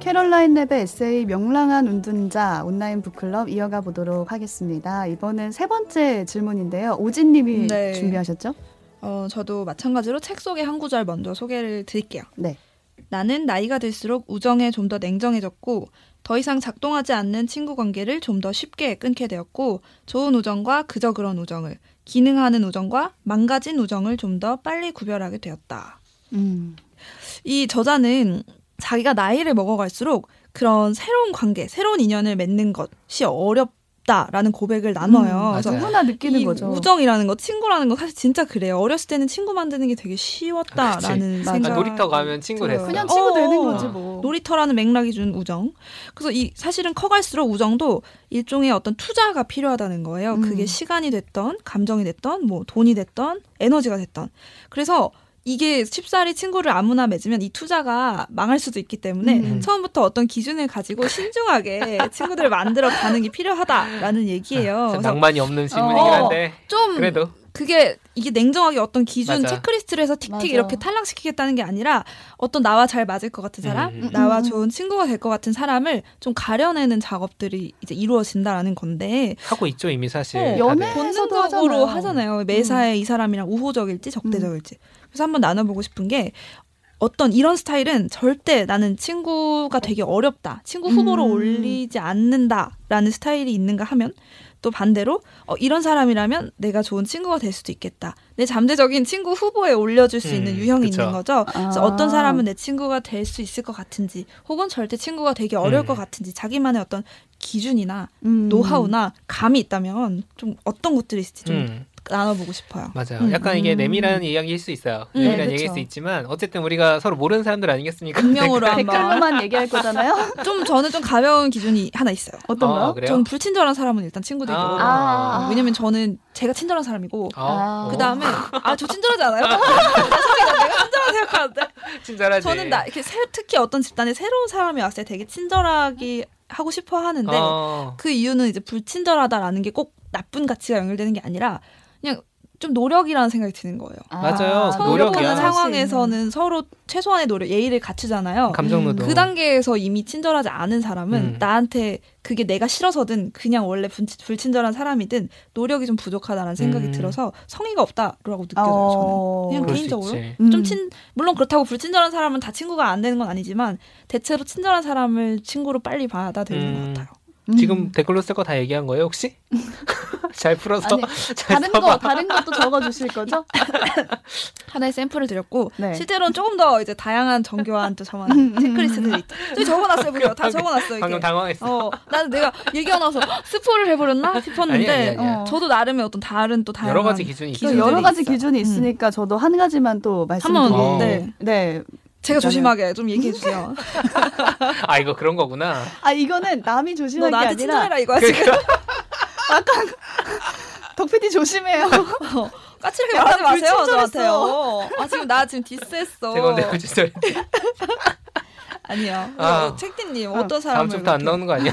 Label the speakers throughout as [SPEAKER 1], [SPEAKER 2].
[SPEAKER 1] 캐럴라인 랩의 에세이 명랑한 운둔자 온라인 북클럽 이어가 보도록 하겠습니다. 이번엔 세 번째 질문인데요. 오진님이
[SPEAKER 2] 네.
[SPEAKER 1] 준비하셨죠?
[SPEAKER 2] 어, 저도 마찬가지로 책 속의 한 구절 먼저 소개를 드릴게요.
[SPEAKER 1] 네.
[SPEAKER 2] 나는 나이가 들수록 우정에 좀 더 냉정해졌고 더 이상 작동하지 않는 친구 관계를 좀 더 쉽게 끊게 되었고 좋은 우정과 그저 그런 우정을 기능하는 우정과 망가진 우정을 좀 더 빨리 구별하게 되었다.
[SPEAKER 1] 음.
[SPEAKER 2] 이 저자는 자기가 나이를 먹어갈수록 그런 새로운 관계, 새로운 인연을 맺는 것이 어렵다라는 고백을 나눠요.
[SPEAKER 1] 음,
[SPEAKER 2] 그래서
[SPEAKER 3] 맞아요.
[SPEAKER 1] 누구나 느끼는
[SPEAKER 2] 이
[SPEAKER 1] 거죠.
[SPEAKER 2] 우정이라는 거, 친구라는 거 사실 진짜 그래요. 어렸을 때는 친구 만드는 게 되게 쉬웠다라는
[SPEAKER 1] 맞아.
[SPEAKER 2] 생각.
[SPEAKER 3] 아, 놀이터 가면 친구
[SPEAKER 2] 들어요.
[SPEAKER 3] 됐어.
[SPEAKER 1] 그냥 친구 되는
[SPEAKER 2] 어,
[SPEAKER 1] 거지 뭐.
[SPEAKER 2] 놀이터라는 맥락이 준 우정. 그래서 이 사실은 커갈수록 우정도 일종의 어떤 투자가 필요하다는 거예요.
[SPEAKER 1] 음.
[SPEAKER 2] 그게 시간이 됐던, 감정이 됐던, 뭐 돈이 됐던, 에너지가 됐던. 그래서 이게 쉽사리 친구를 아무나 맺으면 이 투자가 망할 수도 있기 때문에
[SPEAKER 1] 음.
[SPEAKER 2] 처음부터 어떤 기준을 가지고 신중하게 친구들을 만들어 가는 게 필요하다라는 얘기예요.
[SPEAKER 3] 참
[SPEAKER 2] 그래서
[SPEAKER 3] 어. 낭만이 없는 질문이긴
[SPEAKER 2] 어.
[SPEAKER 3] 한데
[SPEAKER 2] 좀
[SPEAKER 3] 아, 그래도
[SPEAKER 2] 그게 이게 냉정하게 어떤 기준
[SPEAKER 3] 맞아.
[SPEAKER 2] 체크리스트를 해서 틱틱
[SPEAKER 1] 맞아.
[SPEAKER 2] 이렇게 탈락시키겠다는 게 아니라 어떤 나와 잘 맞을 것 같은 사람,
[SPEAKER 3] 음, 음,
[SPEAKER 2] 나와
[SPEAKER 1] 음.
[SPEAKER 2] 좋은 친구가 될 것 같은 사람을 좀 가려내는 작업들이 이제 이루어진다라는 건데
[SPEAKER 3] 하고 있죠 이미 사실.
[SPEAKER 2] 어,
[SPEAKER 3] 다들.
[SPEAKER 1] 연애- 회사도
[SPEAKER 2] 본능적으로
[SPEAKER 1] 하잖아요.
[SPEAKER 2] 하잖아요. 매사에 이 사람이랑 우호적일지 적대적일지. 그래서 한번 나눠보고 싶은 게 어떤 이런 스타일은 절대 나는 친구가 되게 어렵다. 친구 후보로
[SPEAKER 1] 음.
[SPEAKER 2] 올리지 않는다라는 스타일이 있는가 하면 또 반대로 어, 이런 사람이라면 내가 좋은 친구가 될 수도 있겠다. 내 잠재적인 친구 후보에 올려줄 수 있는
[SPEAKER 3] 음,
[SPEAKER 2] 유형이
[SPEAKER 3] 그쵸.
[SPEAKER 2] 있는 거죠. 그래서
[SPEAKER 1] 아.
[SPEAKER 2] 어떤 사람은 내 친구가 될 수 있을 것 같은지 혹은 절대 친구가 되기 어려울
[SPEAKER 3] 음.
[SPEAKER 2] 것 같은지 자기만의 어떤 기준이나
[SPEAKER 1] 음.
[SPEAKER 2] 노하우나 감이 있다면 좀 어떤 것들이 있을지 좀
[SPEAKER 3] 음.
[SPEAKER 2] 나눠보고 싶어요.
[SPEAKER 3] 맞아요.
[SPEAKER 2] 음.
[SPEAKER 3] 약간 이게 내밀한 이야기일 수 있어요.
[SPEAKER 2] 음,
[SPEAKER 3] 내밀한
[SPEAKER 2] 그쵸.
[SPEAKER 3] 얘기일 수 있지만 어쨌든 우리가 서로 모르는 사람들 아니겠습니까?
[SPEAKER 2] 익명으로 한번
[SPEAKER 1] 댓글로만 얘기할 거잖아요.
[SPEAKER 2] 좀 저는 좀 가벼운 기준이 하나 있어요.
[SPEAKER 1] 어떤가요?
[SPEAKER 3] 어, 그래요?
[SPEAKER 2] 좀 불친절한 사람은 일단 친구들이
[SPEAKER 3] 아.
[SPEAKER 2] 어려워요.
[SPEAKER 1] 아.
[SPEAKER 2] 왜냐면 저는 제가 친절한 사람이고
[SPEAKER 3] 어,
[SPEAKER 1] 아.
[SPEAKER 3] 어.
[SPEAKER 2] 그 다음에 아 저 친절하지 않아요? 나 솔직히 내가 친절하게 생각하는데
[SPEAKER 3] 친절하지.
[SPEAKER 2] 저는 나 이렇게 새, 특히 어떤 집단에 새로운 사람이 왔을 때 되게 친절하게 하고 싶어 하는데
[SPEAKER 3] 어.
[SPEAKER 2] 그 이유는 이제 불친절하다라는 게 꼭 나쁜 가치가 연결되는 게 아니라 그냥 좀 노력이라는 생각이 드는 거예요.
[SPEAKER 3] 맞아요.
[SPEAKER 2] 서로
[SPEAKER 3] 노력이야.
[SPEAKER 2] 하는 상황에서는 서로 최소한의 노력, 예의를 갖추잖아요.
[SPEAKER 3] 감정노동. 어.
[SPEAKER 2] 그 단계에서 이미 친절하지 않은 사람은
[SPEAKER 3] 음.
[SPEAKER 2] 나한테 그게 내가 싫어서든 그냥 원래 분- 불친절한 사람이든 노력이 좀 부족하다는 생각이
[SPEAKER 3] 음.
[SPEAKER 2] 들어서 성의가 없다라고 느껴져요.
[SPEAKER 1] 어.
[SPEAKER 2] 저는 그냥
[SPEAKER 3] 그럴 수
[SPEAKER 2] 개인적으로
[SPEAKER 3] 있지.
[SPEAKER 1] 음.
[SPEAKER 2] 좀 친, 물론 그렇다고 불친절한 사람은 다 친구가 안 되는 건 아니지만 대체로 친절한 사람을 친구로 빨리 받아들이는
[SPEAKER 3] 음.
[SPEAKER 2] 것 같아요.
[SPEAKER 1] 음.
[SPEAKER 3] 지금 댓글로 쓸 거 다 얘기한 거예요 혹시? 잘 풀어서
[SPEAKER 1] 아니,
[SPEAKER 3] 잘
[SPEAKER 1] 다른
[SPEAKER 3] 써봐.
[SPEAKER 1] 거 다른 것도 적어 주실 거죠?
[SPEAKER 2] 하나의 샘플을 드렸고
[SPEAKER 1] 네.
[SPEAKER 2] 실제로는 조금 더 이제 다양한 정교한 또 저만의 체크리스트들이 있죠. 저기 적어놨어요, 보세요. 다 적어놨어요. 이게.
[SPEAKER 3] 방금 당황했어.
[SPEAKER 2] 어, 나는 내가 얘기가 나서 스포를 해버렸나 싶었는데
[SPEAKER 3] 아니야, 아니야, 아니야.
[SPEAKER 1] 어.
[SPEAKER 2] 저도 나름의 어떤 다른 또 다양한
[SPEAKER 3] 여러 가지 기준이
[SPEAKER 1] 또
[SPEAKER 3] 있어요.
[SPEAKER 2] 기준들이
[SPEAKER 1] 여러 가지
[SPEAKER 2] 있어요.
[SPEAKER 1] 기준이 있으니까 저도 한 가지만 또 말씀드리게
[SPEAKER 3] 어.
[SPEAKER 2] 네.
[SPEAKER 1] 네.
[SPEAKER 2] 제가 조심하게 좀 얘기해 주세요.
[SPEAKER 3] 아 이거 그런 거구나.
[SPEAKER 1] 아 이거는 남이
[SPEAKER 2] 너
[SPEAKER 1] 조심할 게
[SPEAKER 2] 나한테
[SPEAKER 1] 아니라
[SPEAKER 2] 친절해라 이거야
[SPEAKER 3] 그
[SPEAKER 2] 지금
[SPEAKER 1] 덕피디 조심해요.
[SPEAKER 2] 까칠하게
[SPEAKER 1] 야,
[SPEAKER 2] 말하지
[SPEAKER 1] 나
[SPEAKER 2] 마세요
[SPEAKER 1] 아, 불친절했어.
[SPEAKER 2] 저한테요. 아 지금 나 지금 디스했어.
[SPEAKER 3] 제가 오늘 진짜
[SPEAKER 2] 아니요.
[SPEAKER 3] 아.
[SPEAKER 2] 어, 책디님
[SPEAKER 1] 어,
[SPEAKER 2] 어떤
[SPEAKER 3] 다음
[SPEAKER 2] 사람을
[SPEAKER 3] 주부터 안 나오는 거 아니야?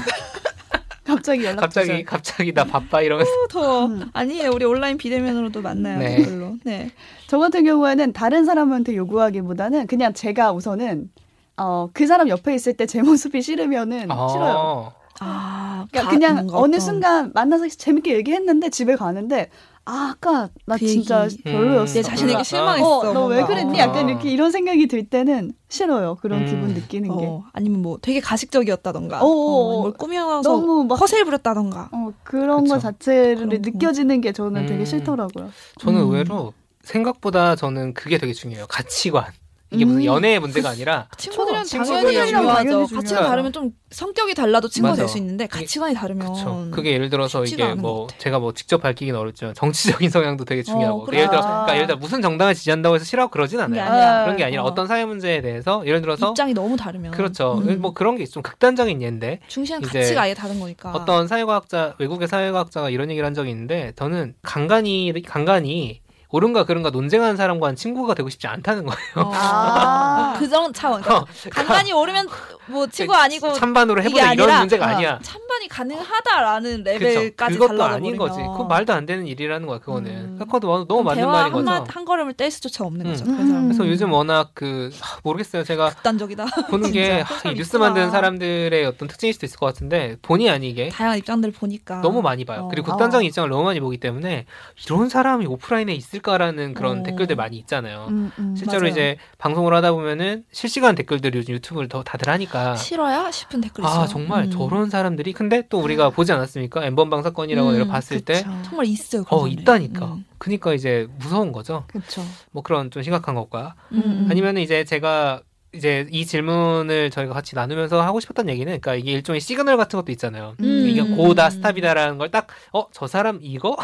[SPEAKER 1] 갑자기 연락
[SPEAKER 3] 갑자기
[SPEAKER 1] 주세요.
[SPEAKER 3] 갑자기 나 바빠 이러면서.
[SPEAKER 2] 더
[SPEAKER 1] 음.
[SPEAKER 2] 아니에요. 우리 온라인 비대면으로도 만나요.
[SPEAKER 3] 네.
[SPEAKER 2] 댓글로. 네.
[SPEAKER 1] 저 같은 경우에는 다른 사람한테 요구하기보다는 그냥 제가 우선은 어, 그 사람 옆에 있을 때 제 모습이 음, 싫으면은 싫어요.
[SPEAKER 3] 아,
[SPEAKER 2] 아
[SPEAKER 1] 그러니까 그냥 어느
[SPEAKER 2] 음,
[SPEAKER 1] 순간 만나서 재밌게 얘기했는데 집에 가는데 아, 아까 나
[SPEAKER 2] 그
[SPEAKER 1] 진짜
[SPEAKER 2] 얘기.
[SPEAKER 1] 별로였어.
[SPEAKER 2] 내 자신에게
[SPEAKER 3] 몰라.
[SPEAKER 2] 실망했어.
[SPEAKER 1] 어, 너 왜
[SPEAKER 2] 뭔가.
[SPEAKER 1] 그랬니?
[SPEAKER 2] 어.
[SPEAKER 1] 약간 이렇게 이런 생각이 들 때는 싫어요. 그런
[SPEAKER 3] 음.
[SPEAKER 1] 기분 느끼는 게.
[SPEAKER 2] 어, 아니면 뭐 되게 가식적이었다던가
[SPEAKER 1] 어,
[SPEAKER 2] 어, 뭘 꾸며서
[SPEAKER 1] 너무 막
[SPEAKER 2] 허세를 부렸다던가
[SPEAKER 1] 어, 그런
[SPEAKER 3] 그쵸.
[SPEAKER 1] 거 자체를
[SPEAKER 2] 그런 거.
[SPEAKER 1] 느껴지는 게 저는 되게
[SPEAKER 3] 음.
[SPEAKER 1] 싫더라고요.
[SPEAKER 3] 저는
[SPEAKER 2] 음.
[SPEAKER 3] 의외로 생각보다 저는 그게 되게 중요해요. 가치관. 이게
[SPEAKER 1] 음.
[SPEAKER 3] 무슨 연애의 문제가 아니라
[SPEAKER 2] 친구들이랑
[SPEAKER 3] 그쵸.
[SPEAKER 2] 당연히
[SPEAKER 3] 친구들이랑
[SPEAKER 2] 중요하죠.
[SPEAKER 1] 당연히
[SPEAKER 2] 가치가
[SPEAKER 3] 중요하죠.
[SPEAKER 2] 다르면 좀 성격이 달라도 친구가
[SPEAKER 3] 맞아.
[SPEAKER 2] 될 수 있는데 가치관이 다르면
[SPEAKER 3] 그쵸. 그게 예를 들어서
[SPEAKER 2] 쉽지가
[SPEAKER 3] 이게
[SPEAKER 2] 않은
[SPEAKER 3] 뭐
[SPEAKER 2] 것 같아.
[SPEAKER 3] 제가 뭐 직접 밝히긴 어렵지만 정치적인 성향도 되게 중요하고
[SPEAKER 2] 어,
[SPEAKER 3] 그러니까 예를 들어
[SPEAKER 1] 그렇죠.
[SPEAKER 3] 그러니까 예를 들어 무슨 정당을 지지한다고 해서 싫어하고 그러진
[SPEAKER 2] 그게
[SPEAKER 3] 않아요.
[SPEAKER 2] 아니라
[SPEAKER 1] 아,
[SPEAKER 3] 그런 게 아니라
[SPEAKER 2] 어.
[SPEAKER 3] 어. 떤 사회 문제에 대해서 예를 들어서
[SPEAKER 2] 입장이 너무 다르면
[SPEAKER 3] 그렇죠.
[SPEAKER 2] 음.
[SPEAKER 3] 뭐 그런 게 좀 극단적인 예인데
[SPEAKER 2] 중시한
[SPEAKER 3] 이제
[SPEAKER 2] 가치가 아예 다른 거니까
[SPEAKER 3] 어떤 사회과학자 외국의 사회과학자가 이런 얘기를 한 적이 있는데 저는 간간히 간간히 옳은가 그른가 논쟁하는 사람과는 친구가 되고 싶지 않다는 거예요.
[SPEAKER 2] 어.
[SPEAKER 3] 그러니까
[SPEAKER 2] 그
[SPEAKER 1] 아.
[SPEAKER 2] 그런 차원 그러니까 간간히 오르면 뭐 친구 아니고
[SPEAKER 3] 찬반으로
[SPEAKER 2] 이게
[SPEAKER 3] 해보자 이런
[SPEAKER 2] 아니라
[SPEAKER 3] 문제가
[SPEAKER 1] 어,
[SPEAKER 3] 아니야.
[SPEAKER 2] 찬반이 사랑이 가능하다라는 레벨까지
[SPEAKER 3] 그것도
[SPEAKER 2] 달라져
[SPEAKER 3] 아닌 거지.
[SPEAKER 2] 버리면
[SPEAKER 3] 그 말도 안 되는 일이라는 거야
[SPEAKER 1] 음.
[SPEAKER 3] 그거는. 그것도 너무 맞는
[SPEAKER 2] 대화
[SPEAKER 3] 말인
[SPEAKER 2] 한,
[SPEAKER 3] 거죠.
[SPEAKER 2] 마- 한 걸음을 뗄 수조차 없는
[SPEAKER 3] 음.
[SPEAKER 2] 거죠.
[SPEAKER 1] 음.
[SPEAKER 2] 그 사람
[SPEAKER 3] 그래서 요즘 워낙 그 하, 모르겠어요. 제가
[SPEAKER 2] 극단적이다.
[SPEAKER 3] 보는 게
[SPEAKER 2] 진짜.
[SPEAKER 3] 하, 이 뉴스
[SPEAKER 2] 있구나.
[SPEAKER 3] 만드는 사람들의 어떤 특징일 수도 있을 것 같은데 본의 아니게
[SPEAKER 2] 다양한 입장들을 보니까
[SPEAKER 3] 예. 너무 많이 봐요.
[SPEAKER 2] 어.
[SPEAKER 1] 어.
[SPEAKER 3] 그리고 극단적인 입장을 너무 많이 보기 때문에 이런 사람이 오프라인에 있을까라는 그런
[SPEAKER 2] 어.
[SPEAKER 3] 댓글들 많이 있잖아요.
[SPEAKER 1] 음, 음.
[SPEAKER 3] 실제로
[SPEAKER 2] 맞아요.
[SPEAKER 3] 이제 방송을 하다 보면은 실시간 댓글들 요즘 유튜브를 더 다들 하니까
[SPEAKER 2] 싫어야 싶은 댓글이 있어요.
[SPEAKER 3] 아 정말
[SPEAKER 2] 아, 음. 아.
[SPEAKER 3] 저런 사람들이 근데 또 우리가 보지 않았습니까? 엠번방 사건이라고
[SPEAKER 2] 음,
[SPEAKER 3] 내가 봤을 때
[SPEAKER 1] 그쵸.
[SPEAKER 2] 정말 있어요. 그런
[SPEAKER 3] 어,
[SPEAKER 2] 사람이.
[SPEAKER 3] 있다니까.
[SPEAKER 2] 음.
[SPEAKER 3] 그니까 이제 무서운 거죠.
[SPEAKER 1] 그쵸.
[SPEAKER 3] 뭐 그런 좀 심각한 것과
[SPEAKER 2] 음.
[SPEAKER 3] 아니면 이제 제가 이제 이 질문을 저희가 같이 나누면서 하고 싶었던 얘기는 그러니까 이게 일종의 시그널 같은 것도 있잖아요.
[SPEAKER 2] 음.
[SPEAKER 3] 이게
[SPEAKER 2] 음.
[SPEAKER 3] 고다 스탑이다라는 걸 딱 어 저 사람 이거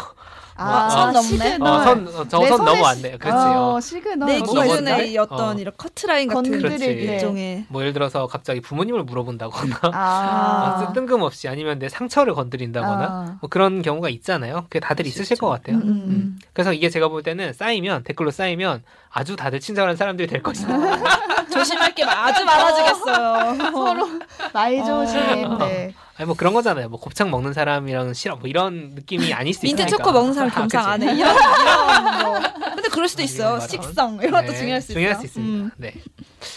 [SPEAKER 1] 아,
[SPEAKER 3] 어,
[SPEAKER 1] 선
[SPEAKER 2] 선 넘네.
[SPEAKER 1] 넘네.
[SPEAKER 3] 어, 선, 어,
[SPEAKER 1] 내
[SPEAKER 3] 저선
[SPEAKER 1] 손에
[SPEAKER 3] 너무 안
[SPEAKER 1] 시-
[SPEAKER 3] 돼요. 그렇지.
[SPEAKER 1] 어,
[SPEAKER 3] 요
[SPEAKER 1] 시그널.
[SPEAKER 2] 내
[SPEAKER 3] 뭐가 있을까요?
[SPEAKER 2] 기준의 어떤
[SPEAKER 3] 어.
[SPEAKER 2] 이런 커트라인 같은
[SPEAKER 1] 건드릴
[SPEAKER 3] 그렇지.
[SPEAKER 2] 네.
[SPEAKER 1] 때.
[SPEAKER 2] 일종의
[SPEAKER 3] 뭐 예를 들어서 갑자기 부모님을 물어본다거나
[SPEAKER 1] 아.
[SPEAKER 3] 아, 뜬금없이 아니면 내 상처를 건드린다거나
[SPEAKER 1] 아.
[SPEAKER 3] 뭐 그런 경우가 있잖아요. 그게 다들 있으실 것 같아요.
[SPEAKER 2] 음, 음.
[SPEAKER 3] 그래서 이게 제가 볼 때는 쌓이면 댓글로 쌓이면 아주 다들 친절한 사람들이 될
[SPEAKER 2] 음.
[SPEAKER 3] 것이다.
[SPEAKER 2] 조심할 게 아주 많아지겠어요. 서로
[SPEAKER 1] 나이
[SPEAKER 2] 어.
[SPEAKER 1] 조심. 네.
[SPEAKER 3] 아니 뭐 그런 거잖아요. 뭐 곱창 먹는 사람이랑 싫어 뭐 이런 느낌이 아닐 수 있으니까.
[SPEAKER 2] 민트 초코 먹는 사람 겸상
[SPEAKER 3] 아,
[SPEAKER 2] 안
[SPEAKER 3] 그치.
[SPEAKER 2] 해. 이런 이런 뭐. 근데 그럴 수도
[SPEAKER 3] 아,
[SPEAKER 2] 있어.
[SPEAKER 3] 이런 말은.
[SPEAKER 2] 식성 이런 것도
[SPEAKER 3] 네,
[SPEAKER 2] 중요할 수 있어.
[SPEAKER 3] 중요할 수
[SPEAKER 2] 음.
[SPEAKER 3] 있습니다. 네.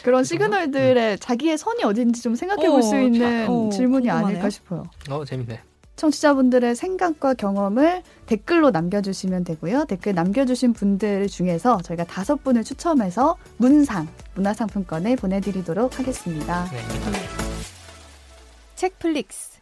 [SPEAKER 1] 그런 시그널들의 자기의 선이 어딘지 좀 생각해 볼 수
[SPEAKER 2] 어,
[SPEAKER 1] 있는
[SPEAKER 2] 어,
[SPEAKER 1] 질문이
[SPEAKER 2] 궁금하네요.
[SPEAKER 1] 아닐까 싶어요.
[SPEAKER 3] 어 재밌네.
[SPEAKER 1] 청취자분들의 생각과 경험을 댓글로 남겨주시면 되고요. 댓글 남겨주신 분들 중에서 저희가 다섯 분을 추첨해서 문상, 문화상품권을 보내드리도록 하겠습니다.
[SPEAKER 3] 네.
[SPEAKER 1] 네. 책플릭스